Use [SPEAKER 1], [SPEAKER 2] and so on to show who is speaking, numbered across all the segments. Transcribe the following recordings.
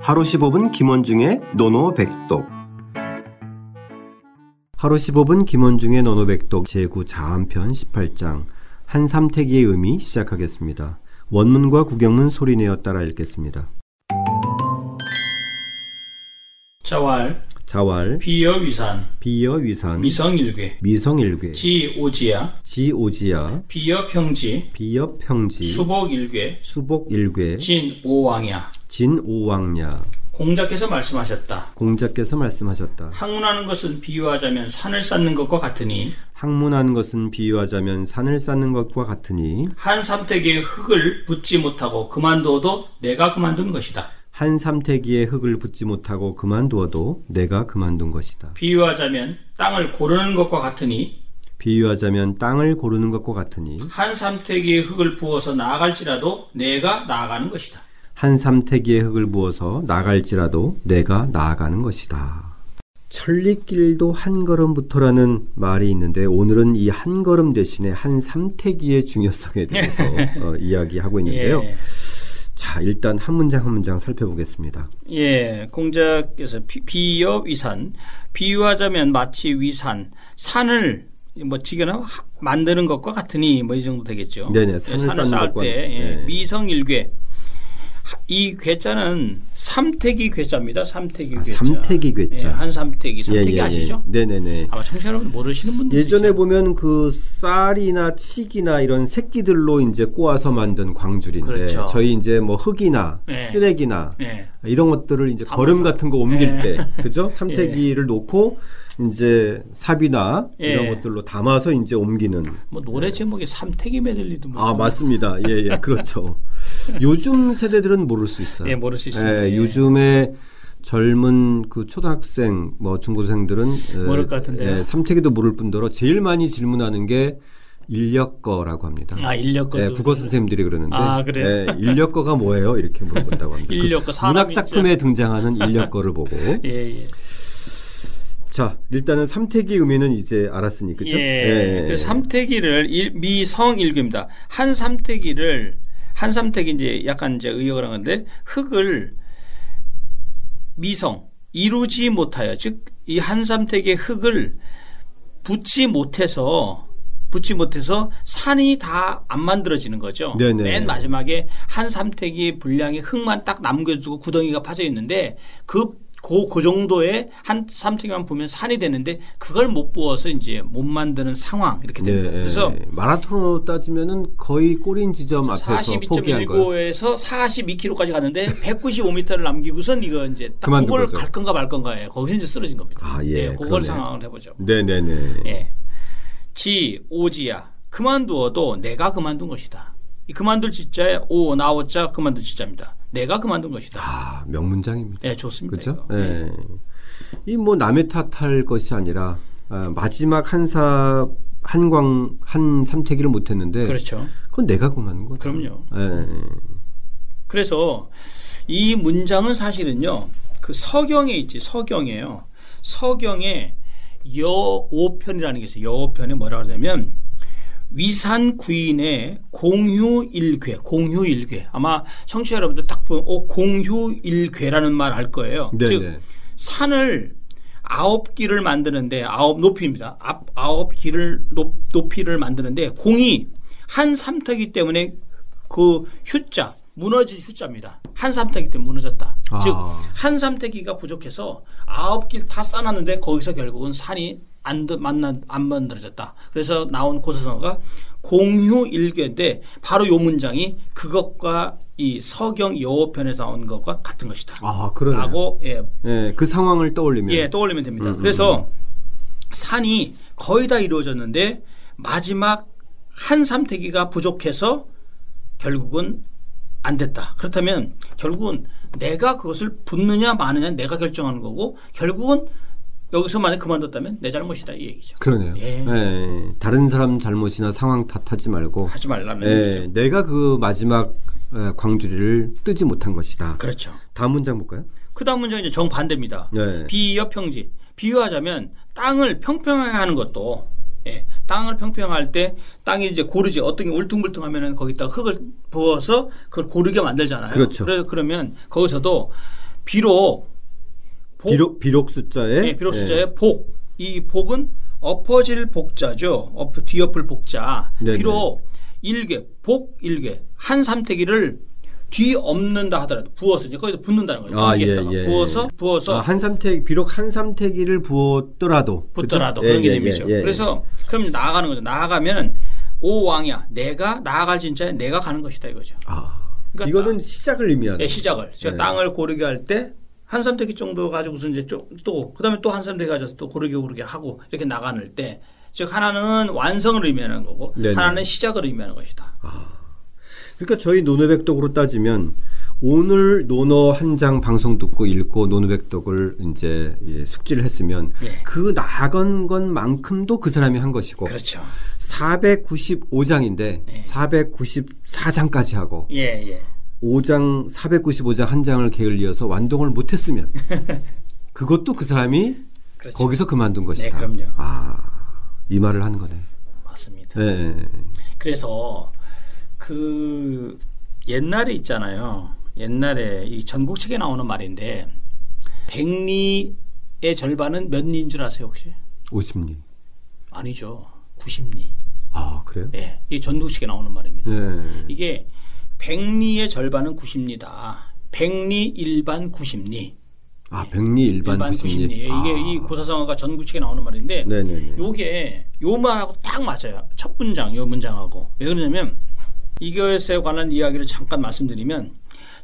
[SPEAKER 1] 하루 15분 김원중의 노노백독 하루 15분 김원중의 노노백독 제9자한편 18장 한삼태기의 의미 시작하겠습니다. 원문과 구경문 소리내어 따라 읽겠습니다.
[SPEAKER 2] 자왈,
[SPEAKER 1] 자왈,
[SPEAKER 2] 비여위산,
[SPEAKER 1] 비여위산,
[SPEAKER 2] 미성일괴,
[SPEAKER 1] 미성일괴,
[SPEAKER 2] 지오지야,
[SPEAKER 1] 지오지야,
[SPEAKER 2] 비여평지,
[SPEAKER 1] 비여평지,
[SPEAKER 2] 수복일괴,
[SPEAKER 1] 수복일괴,
[SPEAKER 2] 진오왕야.
[SPEAKER 1] 진오왕야
[SPEAKER 2] 공자께서 말씀하셨다.
[SPEAKER 1] 공자께서 말씀하셨다.
[SPEAKER 2] 학문하는 것은 비유하자면 산을 쌓는 것과 같으니
[SPEAKER 1] 학문하는 것은 비유하자면 산을 쌓는 것과 같으니
[SPEAKER 2] 한 삼택의 흙을 붙지 못하고 그만둬도 내가 그만둔 것이다.
[SPEAKER 1] 한 삼태기의 흙을 붙지 못하고 그만두어도 내가 그만둔 것이다.
[SPEAKER 2] 비유하자면 땅을 고르는 것과 같으니
[SPEAKER 1] 비유하자면 땅을 고르는 것과 같으니
[SPEAKER 2] 한 삼택의 흙을 부어서 나아갈지라도 내가 나아가는 것이다.
[SPEAKER 1] 한 삼태기의 흙을 부어서 나갈지라도 내가 나아가는 것이다. 천리길도 한 걸음부터라는 말이 있는데 오늘은 이 한 걸음 대신에 한 삼태기의 중요성에 대해서 어, 이야기하고 있는데요.
[SPEAKER 2] 예.
[SPEAKER 1] 자, 일단 한 문장 한 문장 살펴보겠습니다.
[SPEAKER 2] 예, 공자께서 비- 비여 위산 비유하자면 마치 위산 산을 뭐 멋지게나 확 만드는 것과 같으니 뭐 이 정도 되겠죠.
[SPEAKER 1] 네네, 산을 쌓는
[SPEAKER 2] 쌓을
[SPEAKER 1] 것과-
[SPEAKER 2] 때 예,
[SPEAKER 1] 네.
[SPEAKER 2] 미성일괴 하- 이 괴자는 삼태기 괴자입니다. 삼태기
[SPEAKER 1] 아,
[SPEAKER 2] 괴자.
[SPEAKER 1] 삼태기 괴자.
[SPEAKER 2] 예, 한 삼태기 삼태기 아시죠?
[SPEAKER 1] 예, 네네네.
[SPEAKER 2] 아마 청취자 여러분 모르시는 분들
[SPEAKER 1] 예전에 보면 그 쌀이나 칡이나 이런 새끼들로 이제 꼬아서 만든 광줄인데
[SPEAKER 2] 그렇죠.
[SPEAKER 1] 저희 이제 뭐 흙이나
[SPEAKER 2] 네.
[SPEAKER 1] 쓰레기나
[SPEAKER 2] 예.
[SPEAKER 1] 이런 것들을 이제
[SPEAKER 2] 담아서. 네. 예.
[SPEAKER 1] 걸음 같은 거 옮길 때 그죠? 삼태기를 놓고 이제 삽이나
[SPEAKER 2] 예.
[SPEAKER 1] 이런 것들로 담아서 이제 옮기는
[SPEAKER 2] 뭐 노래 제목에 삼태기 메들리도 뭐
[SPEAKER 1] 아 맞습니다. 예예 그렇죠. 요즘 세대들은 모를 수 있어요.
[SPEAKER 2] 예, 모를 수 있습니다. 예.
[SPEAKER 1] 요즘에 젊은 그 초등학생 뭐 중고등생들은 예,
[SPEAKER 2] 모를 것 같은데요.
[SPEAKER 1] 예, 삼태기도 모를 뿐더러 제일 많이 질문하는 게 인력거라고 합니다.
[SPEAKER 2] 아, 인력거도
[SPEAKER 1] 예, 국어 선생님들이 그러는데
[SPEAKER 2] 아, 그래요?
[SPEAKER 1] 예, 인력거가 뭐예요? 이렇게 물어본다고 합니다.
[SPEAKER 2] 인력거,
[SPEAKER 1] 그
[SPEAKER 2] 사람
[SPEAKER 1] 문학 작품에 등장하는 인력거를 보고
[SPEAKER 2] 예, 예.
[SPEAKER 1] 자 일단은 삼태기 의미는 이제 알았으니 그죠?
[SPEAKER 2] 예. 그 삼태기를 일- 미성일규입니다. 한 삼태기를 한 삼태기 이제 약간 이제 의역을 한 건데 흙을 미성 이루지 못하여 즉 이 한 삼태기의 흙을 붙지 못해서 붙지 못해서 산이 다 안 만들어지는 거죠.
[SPEAKER 1] 네네.
[SPEAKER 2] 맨 마지막에 한 삼태기 분량의 흙만 딱 남겨주고 구덩이가 파져 있는데 그 그, 그 정도의 한 삼태기만 보면 산이 되는데 그걸 못 부어서 이제 못 만드는 상황 이렇게 됩니다.
[SPEAKER 1] 예,
[SPEAKER 2] 그래서
[SPEAKER 1] 예. 마라톤으로 따지면은 거의 꼬린 지점 앞에서 포기한 거예요.
[SPEAKER 2] 42.19에서 42km까지 갔는데 195m를 남기고선 이거 이제 딱
[SPEAKER 1] 그만둔
[SPEAKER 2] 그걸
[SPEAKER 1] 거죠.
[SPEAKER 2] 갈 건가 말 건가에 거기서 이제 쓰러진 겁니다.
[SPEAKER 1] 아, 예,
[SPEAKER 2] 그걸
[SPEAKER 1] 그러네요.
[SPEAKER 2] 상황을 해보죠.
[SPEAKER 1] 네네네.
[SPEAKER 2] 예. 지 오지야 그만두어도 내가 그만둔 것이다. 이 그만둘 지자에 오 나오자 그만둘 지자입니다. 내가 그만둔 것이다.
[SPEAKER 1] 아 명문장입니다.
[SPEAKER 2] 예, 좋습니다.
[SPEAKER 1] 그렇죠?
[SPEAKER 2] 이거.
[SPEAKER 1] 예. 이 뭐 남의 탓할 것이 아니라 아, 마지막 한사 한광 한 삼태기를 못했는데
[SPEAKER 2] 그렇죠.
[SPEAKER 1] 그건 내가 고만한 거죠.
[SPEAKER 2] 그럼요.
[SPEAKER 1] 예.
[SPEAKER 2] 그래서 이 문장은 사실은요. 그 서경에 있지 서경에요. 서경에 여오편이라는 게 있어요. 여오편에 뭐라 그러냐면 위산 구인의 공휴일괴, 공휴일괴. 아마 청취자 여러분들 딱 보면 어 공휴일괴라는 말 알 거예요. 즉
[SPEAKER 1] 네네.
[SPEAKER 2] 산을 아홉 길을 만드는데 아홉 높이입니다. 앞- 아홉 길을 높, 높이를 만드는데 공이 한 삼터기 때문에 그 휴자 무너진 휴자입니다. 한 삼터기 때문에 무너졌다.
[SPEAKER 1] 아.
[SPEAKER 2] 즉 한 삼터기가 부족해서 아홉 길 다 쌓아놨는데 거기서 결국은 산이 안 드- 만나 안 만들어졌다. 그래서 나온 고사성어가 공휴 일괴인데 바로 요 문장이 그것과 이 서경 여호편에서 나온 것과 같은 것이다.
[SPEAKER 1] 아 그러네.
[SPEAKER 2] 라고 예,
[SPEAKER 1] 예, 그 상황을 떠올리면
[SPEAKER 2] 예, 떠올리면 됩니다. 그래서 산이 거의 다 이루어졌는데 마지막 한 삼태기가 부족해서 결국은 안 됐다. 그렇다면 결국은 내가 그것을 붙느냐 마느냐 내가 결정하는 거고 결국은 여기서 만약 그만뒀다면 내 잘못이다 이 얘기죠.
[SPEAKER 1] 그러네요.
[SPEAKER 2] 예.
[SPEAKER 1] 예. 다른 사람 잘못이나 상황 탓하지 말고
[SPEAKER 2] 하지 말라는 얘기죠.
[SPEAKER 1] 예, 내가 그 마지막 예, 광주리를 뜨지 못한 것이다.
[SPEAKER 2] 그렇죠.
[SPEAKER 1] 다음 문장 볼까요?
[SPEAKER 2] 그 다음 문장은 이제 정반대입니다.
[SPEAKER 1] 네.
[SPEAKER 2] 비여평지. 비유하자면 땅을 평평하게 하는 것도 예, 땅을 평평할 때 땅이 이제 고르지 어떤 게 울퉁불퉁하면은 거기다 흙을 부어서 그걸 고르게 만들잖아요.
[SPEAKER 1] 그렇죠.
[SPEAKER 2] 그래, 그러면 거기서도 비록 복,
[SPEAKER 1] 비록 비록 숫자에
[SPEAKER 2] 네, 비록
[SPEAKER 1] 예,
[SPEAKER 2] 숫자의 복. 이 복은 엎어질 복자죠. 엎, 뒤엎을 복자.
[SPEAKER 1] 네네.
[SPEAKER 2] 비록 일개 복 일개 한 삼태기를 뒤엎는다 하더라도 부어서 이제 거기서 붓는다는 거예요.
[SPEAKER 1] 아,
[SPEAKER 2] 여기에다가
[SPEAKER 1] 예, 예.
[SPEAKER 2] 부어서 부어서
[SPEAKER 1] 아, 한삼태 비록 한삼태기를 부었더라도 그쵸?
[SPEAKER 2] 붙더라도
[SPEAKER 1] 예,
[SPEAKER 2] 그런
[SPEAKER 1] 예,
[SPEAKER 2] 개념이죠.
[SPEAKER 1] 예, 예.
[SPEAKER 2] 그래서 그럼 나아가는 거죠. 나아가면 오 왕이야. 내가 나아갈 진짜 내가 가는 것이다 이거죠.
[SPEAKER 1] 아,
[SPEAKER 2] 그러니까
[SPEAKER 1] 이거는 시작을 의미하는
[SPEAKER 2] 예, 시작을 제가
[SPEAKER 1] 네.
[SPEAKER 2] 땅을 고르게 할 때 한삼대기 정도 가지고 무슨 이제 좀 또 그다음에 또 한삼대기 가져서 또 고르게 고르게 하고 이렇게 나가는 때 즉 하나는 완성을 의미하는 거고
[SPEAKER 1] 네네. 아,
[SPEAKER 2] 하나는 시작을 의미하는 것이다.
[SPEAKER 1] 그러니까 저희 노노백독으로 따지면 오늘 노노 한 장 방송 듣고 읽고 노노백독을 이제 예, 숙지를 했으면
[SPEAKER 2] 예.
[SPEAKER 1] 그 나간 것만큼도 그 사람이 한 것이고
[SPEAKER 2] 그렇죠.
[SPEAKER 1] 495장인데 494장까지 하고
[SPEAKER 2] 예, 예.
[SPEAKER 1] 5장 495장 한 장을 게을리어서 완동을 못했으면 그것도 그 사람이
[SPEAKER 2] 그렇죠.
[SPEAKER 1] 거기서 그만둔 것이다.
[SPEAKER 2] 그럼요.
[SPEAKER 1] 아, 이 말을 한 거네.
[SPEAKER 2] 맞습니다.
[SPEAKER 1] 예, 예.
[SPEAKER 2] 그래서 그 옛날에 있잖아요. 옛날에 이 전국책에 나오는 말인데 백리의 절반은 몇 리인 줄 아세요 혹시?
[SPEAKER 1] 50리.
[SPEAKER 2] 아니죠. 90리.
[SPEAKER 1] 아, 그래요?
[SPEAKER 2] 예, 이 전국책에 나오는 말입니다.
[SPEAKER 1] 예.
[SPEAKER 2] 이게 백리의 절반은 90리다. 백리 일반 90리.
[SPEAKER 1] 아, 백리 일반,
[SPEAKER 2] 일반 90리.
[SPEAKER 1] 90리.
[SPEAKER 2] 이게
[SPEAKER 1] 아.
[SPEAKER 2] 이 고사성어가 전국책에 나오는 말인데
[SPEAKER 1] 네네네.
[SPEAKER 2] 요게 요 말하고 딱 맞아요. 첫 문장 요 문장하고 왜 그러냐면 이것에 관한 이야기를 잠깐 말씀드리면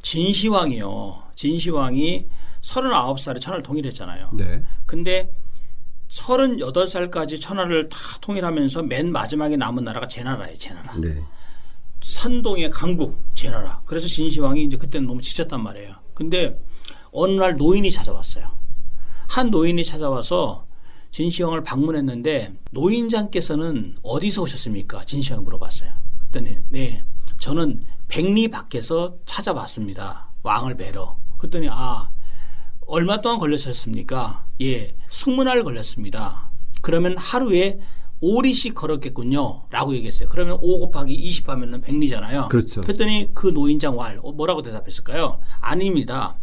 [SPEAKER 2] 진시황이요. 진시황이 39살에 천하를 통일했잖아요.
[SPEAKER 1] 네.
[SPEAKER 2] 근데 38살까지 천하를 다 통일하면서 맨 마지막에 남은 나라가 제 나라예요. 제 나라.
[SPEAKER 1] 네.
[SPEAKER 2] 산동의 강국 제나라. 그래서 진시황이 이제 그때는 너무 지쳤단 말이에요. 근데 어느 날 노인이 찾아왔어요. 한 노인이 찾아와서 진시황을 방문했는데 노인장께서는 어디서 오셨습니까? 진시황이 물어봤어요. 그랬더니 네 저는 백리 밖에서 찾아봤습니다. 왕을 뵈러. 그랬더니 아 얼마 동안 걸렸었습니까? 예, 20날 걸렸습니다. 그러면 하루에 5리씩 걸었겠군요. 라고 얘기했어요. 그러면 5 곱하기 20 하면은 100리잖아요.
[SPEAKER 1] 그렇죠.
[SPEAKER 2] 그랬더니 그 노인장 왈, 어, 뭐라고 대답했을까요? 아닙니다.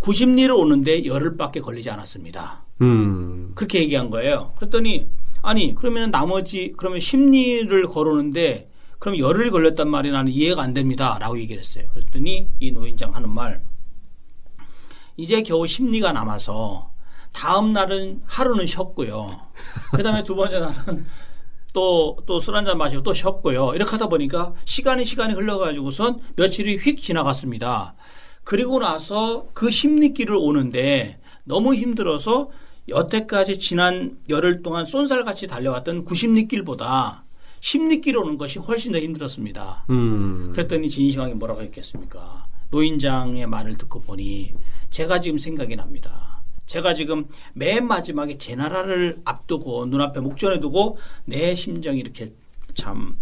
[SPEAKER 2] 90리를 오는데 열흘밖에 걸리지 않았습니다.
[SPEAKER 1] 음.
[SPEAKER 2] 그렇게 얘기한 거예요. 그랬더니 아니 그러면 나머지 그러면 10리를 걸었는데 그럼 열흘이 걸렸단 말이 나는 이해가 안 됩니다라고 얘기를 했어요. 그랬더니 이 노인장 하는 말 이제 겨우 10리가 남아서 다음 날은 하루는 쉬었고요. 그다음에 두 번째 날은 또 또 술 한잔 마시고 또 쉬었고요. 이렇게 하다 보니까 시간이 시간이 흘러가지고선 며칠이 휙 지나갔습니다. 그리고 나서 그 심리길을 오는데 너무 힘들어서 여태까지 지난 열흘 동안 쏜살같이 달려왔던 90리길보다 10리길 오는 것이 훨씬 더 힘들었습니다.
[SPEAKER 1] 음.
[SPEAKER 2] 그랬더니 진시황이 뭐라고 했겠습니까? 노인장의 말을 듣고 보니 제가 지금 생각이 납니다. 제가 지금 맨 마지막에 제 나라를 앞두고 눈앞에 목전에 두고 내 심정이 이렇게 참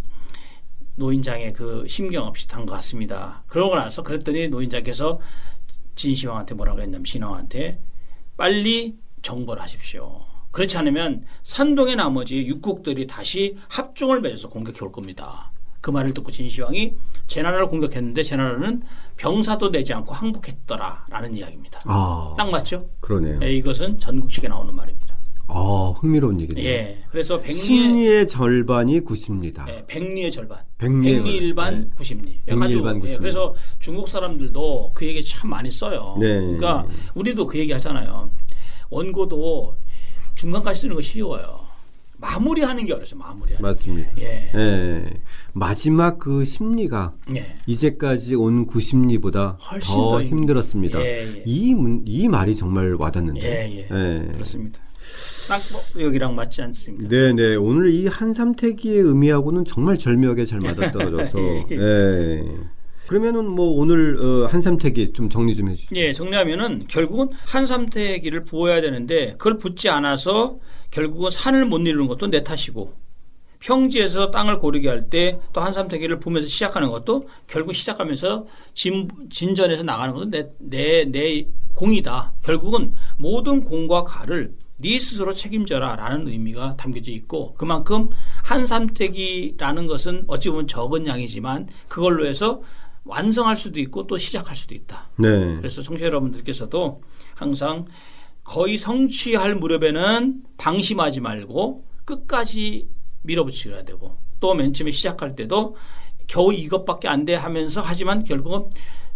[SPEAKER 2] 노인장의 그 심경업 비슷한 것 같습니다. 그러고 나서 그랬더니 노인장께서 진시황한테 뭐라고 했냐면 신왕한테 빨리 정벌 하십시오. 그렇지 않으면 산동의 나머지 육국들이 다시 합종을 맺어서 공격해 올 겁니다. 그 말을 듣고 진시황이 제 나라를 공격했는데 제 나라는 병사도 내지 않고 항복했더라라는 이야기입니다.
[SPEAKER 1] 아,
[SPEAKER 2] 딱 맞죠?
[SPEAKER 1] 그러네요.
[SPEAKER 2] 예, 이것은 전국식에 나오는 말입니다.
[SPEAKER 1] 아, 흥미로운 얘기네요.
[SPEAKER 2] 예, 그래서 백리의
[SPEAKER 1] 심리의 절반이 90리다.
[SPEAKER 2] 예, 백리의 절반.
[SPEAKER 1] 백리의
[SPEAKER 2] 백리
[SPEAKER 1] 절반. 네.
[SPEAKER 2] 일반 90리. 예,
[SPEAKER 1] 백리 일반 90리.
[SPEAKER 2] 그래서 중국 사람들도 그 얘기 참 많이 써요.
[SPEAKER 1] 네.
[SPEAKER 2] 그러니까 우리도 그 얘기 하잖아요. 원고도 중간까지 쓰는 거 쉬워요. 마무리하는 게 어려워요. 마무리하는
[SPEAKER 1] 맞습니다.
[SPEAKER 2] 게. 예.
[SPEAKER 1] 예. 마지막 그 심리가
[SPEAKER 2] 예.
[SPEAKER 1] 이제까지 온 90리보다
[SPEAKER 2] 훨씬
[SPEAKER 1] 더
[SPEAKER 2] 더 힘-
[SPEAKER 1] 힘들었습니다.
[SPEAKER 2] 예, 예.
[SPEAKER 1] 이, 문, 이 말이 정말 와닿는데.
[SPEAKER 2] 예, 예. 그렇습니다. 딱 뭐, 여기랑 맞지 않습니다.
[SPEAKER 1] 네, 네. 오늘 이 한삼태기의 의미하고는 정말 절묘하게 잘 맞아떨어져서. 예. 그러면은 뭐 오늘 어, 한삼태기 좀 정리 좀 해주시죠.
[SPEAKER 2] 예, 정리하면은 결국은 한삼태기를 부어야 되는데 그걸 붓지 않아서 결국은 산을 못 이루는 것도 내 탓이고 평지에서 땅을 고르게 할 때 또 한삼태기를 부면서 시작하는 것도 결국 시작하면서 진, 진전에서 나가는 것도 내, 내, 내 공이다. 결국은 모든 공과 가를 네 스스로 책임져라 라는 의미가 담겨져 있고 그만큼 한삼태기라는 것은 어찌 보면 적은 양이지만 그걸로 해서 완성할 수도 있고 또 시작할 수도 있다.
[SPEAKER 1] 네.
[SPEAKER 2] 그래서 청취자 여러분들께서도 항상 거의 성취할 무렵에는 방심하지 말고 끝까지 밀어붙여야 되고 또 맨 처음에 시작할 때도 겨우 이것밖에 안 돼 하면서 하지만 결국은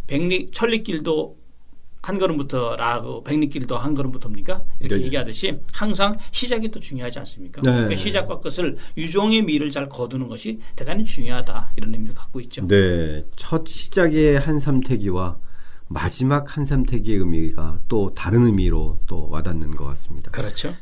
[SPEAKER 2] 백리 천리길도 한 걸음부터라고 백리길도 한 걸음부터입니까? 이렇게
[SPEAKER 1] 네.
[SPEAKER 2] 얘기하듯이 항상 시작이 또 중요하지 않습니까?
[SPEAKER 1] 네.
[SPEAKER 2] 그러니까 시작과 끝을 유종의 미를 잘 거두는 것이 대단히 중요하다 이런 의미를 갖고 있죠.
[SPEAKER 1] 네. 첫 시작의 한삼태기와 마지막 한삼태기의 의미가 또 다른 의미로 또 와닿는 것 같습니다.
[SPEAKER 2] 그렇죠.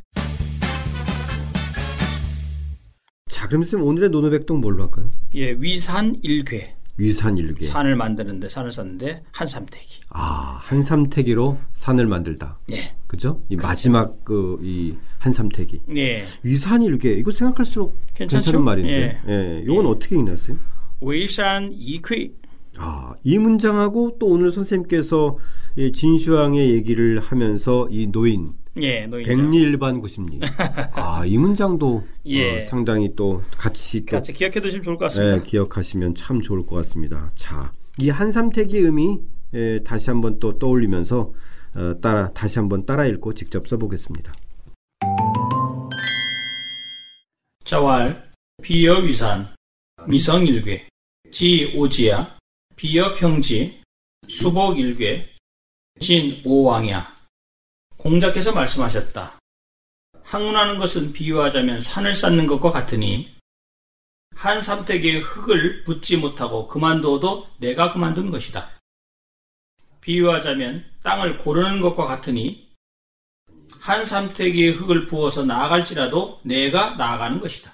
[SPEAKER 1] 자, 그럼 선생님 오늘의 노노백동 뭘로 할까요?
[SPEAKER 2] 예, 위산 일괴.
[SPEAKER 1] 위산일괴.
[SPEAKER 2] 산을 만드는데 산을 썼는데 한삼태기.
[SPEAKER 1] 아, 한삼태기로 산을 만들다.
[SPEAKER 2] 예.
[SPEAKER 1] 그죠? 이 마지막 그 이 한삼태기.
[SPEAKER 2] 예.
[SPEAKER 1] 위산일괴. 이거 생각할수록
[SPEAKER 2] 괜찮죠?
[SPEAKER 1] 괜찮은 말인데. 예. 이건 어떻게 읽나요, 선생님?
[SPEAKER 2] 웨이산 이퀴.
[SPEAKER 1] 아, 이 문장하고 또 오늘 선생님께서 이 진슈왕의 얘기를 하면서 이 노인
[SPEAKER 2] 예, 노인자.
[SPEAKER 1] 백리일반 구십리. 아, 이 문장도
[SPEAKER 2] 예.
[SPEAKER 1] 어, 상당히 또 같이 또
[SPEAKER 2] 같이 기억해 두시면 좋을 것
[SPEAKER 1] 예,
[SPEAKER 2] 같습니다.
[SPEAKER 1] 기억하시면 참 좋을 것 같습니다. 자, 이 한삼태기 의미 예, 다시 한번 또 떠올리면서 어, 따라 다시 한번 따라 읽고 직접 써보겠습니다.
[SPEAKER 2] 자왈 비여 위산 미성 일괴 지 오지야 비여 평지 수복 일괴 진 오왕야. 공자께서 말씀하셨다. 항문하는 것은 비유하자면 산을 쌓는 것과 같으니 한삼택의 흙을 붓지 못하고 그만두어도 내가 그만둔 것이다. 비유하자면 땅을 고르는 것과 같으니 한삼택의 흙을 부어서 나아갈지라도 내가 나아가는 것이다.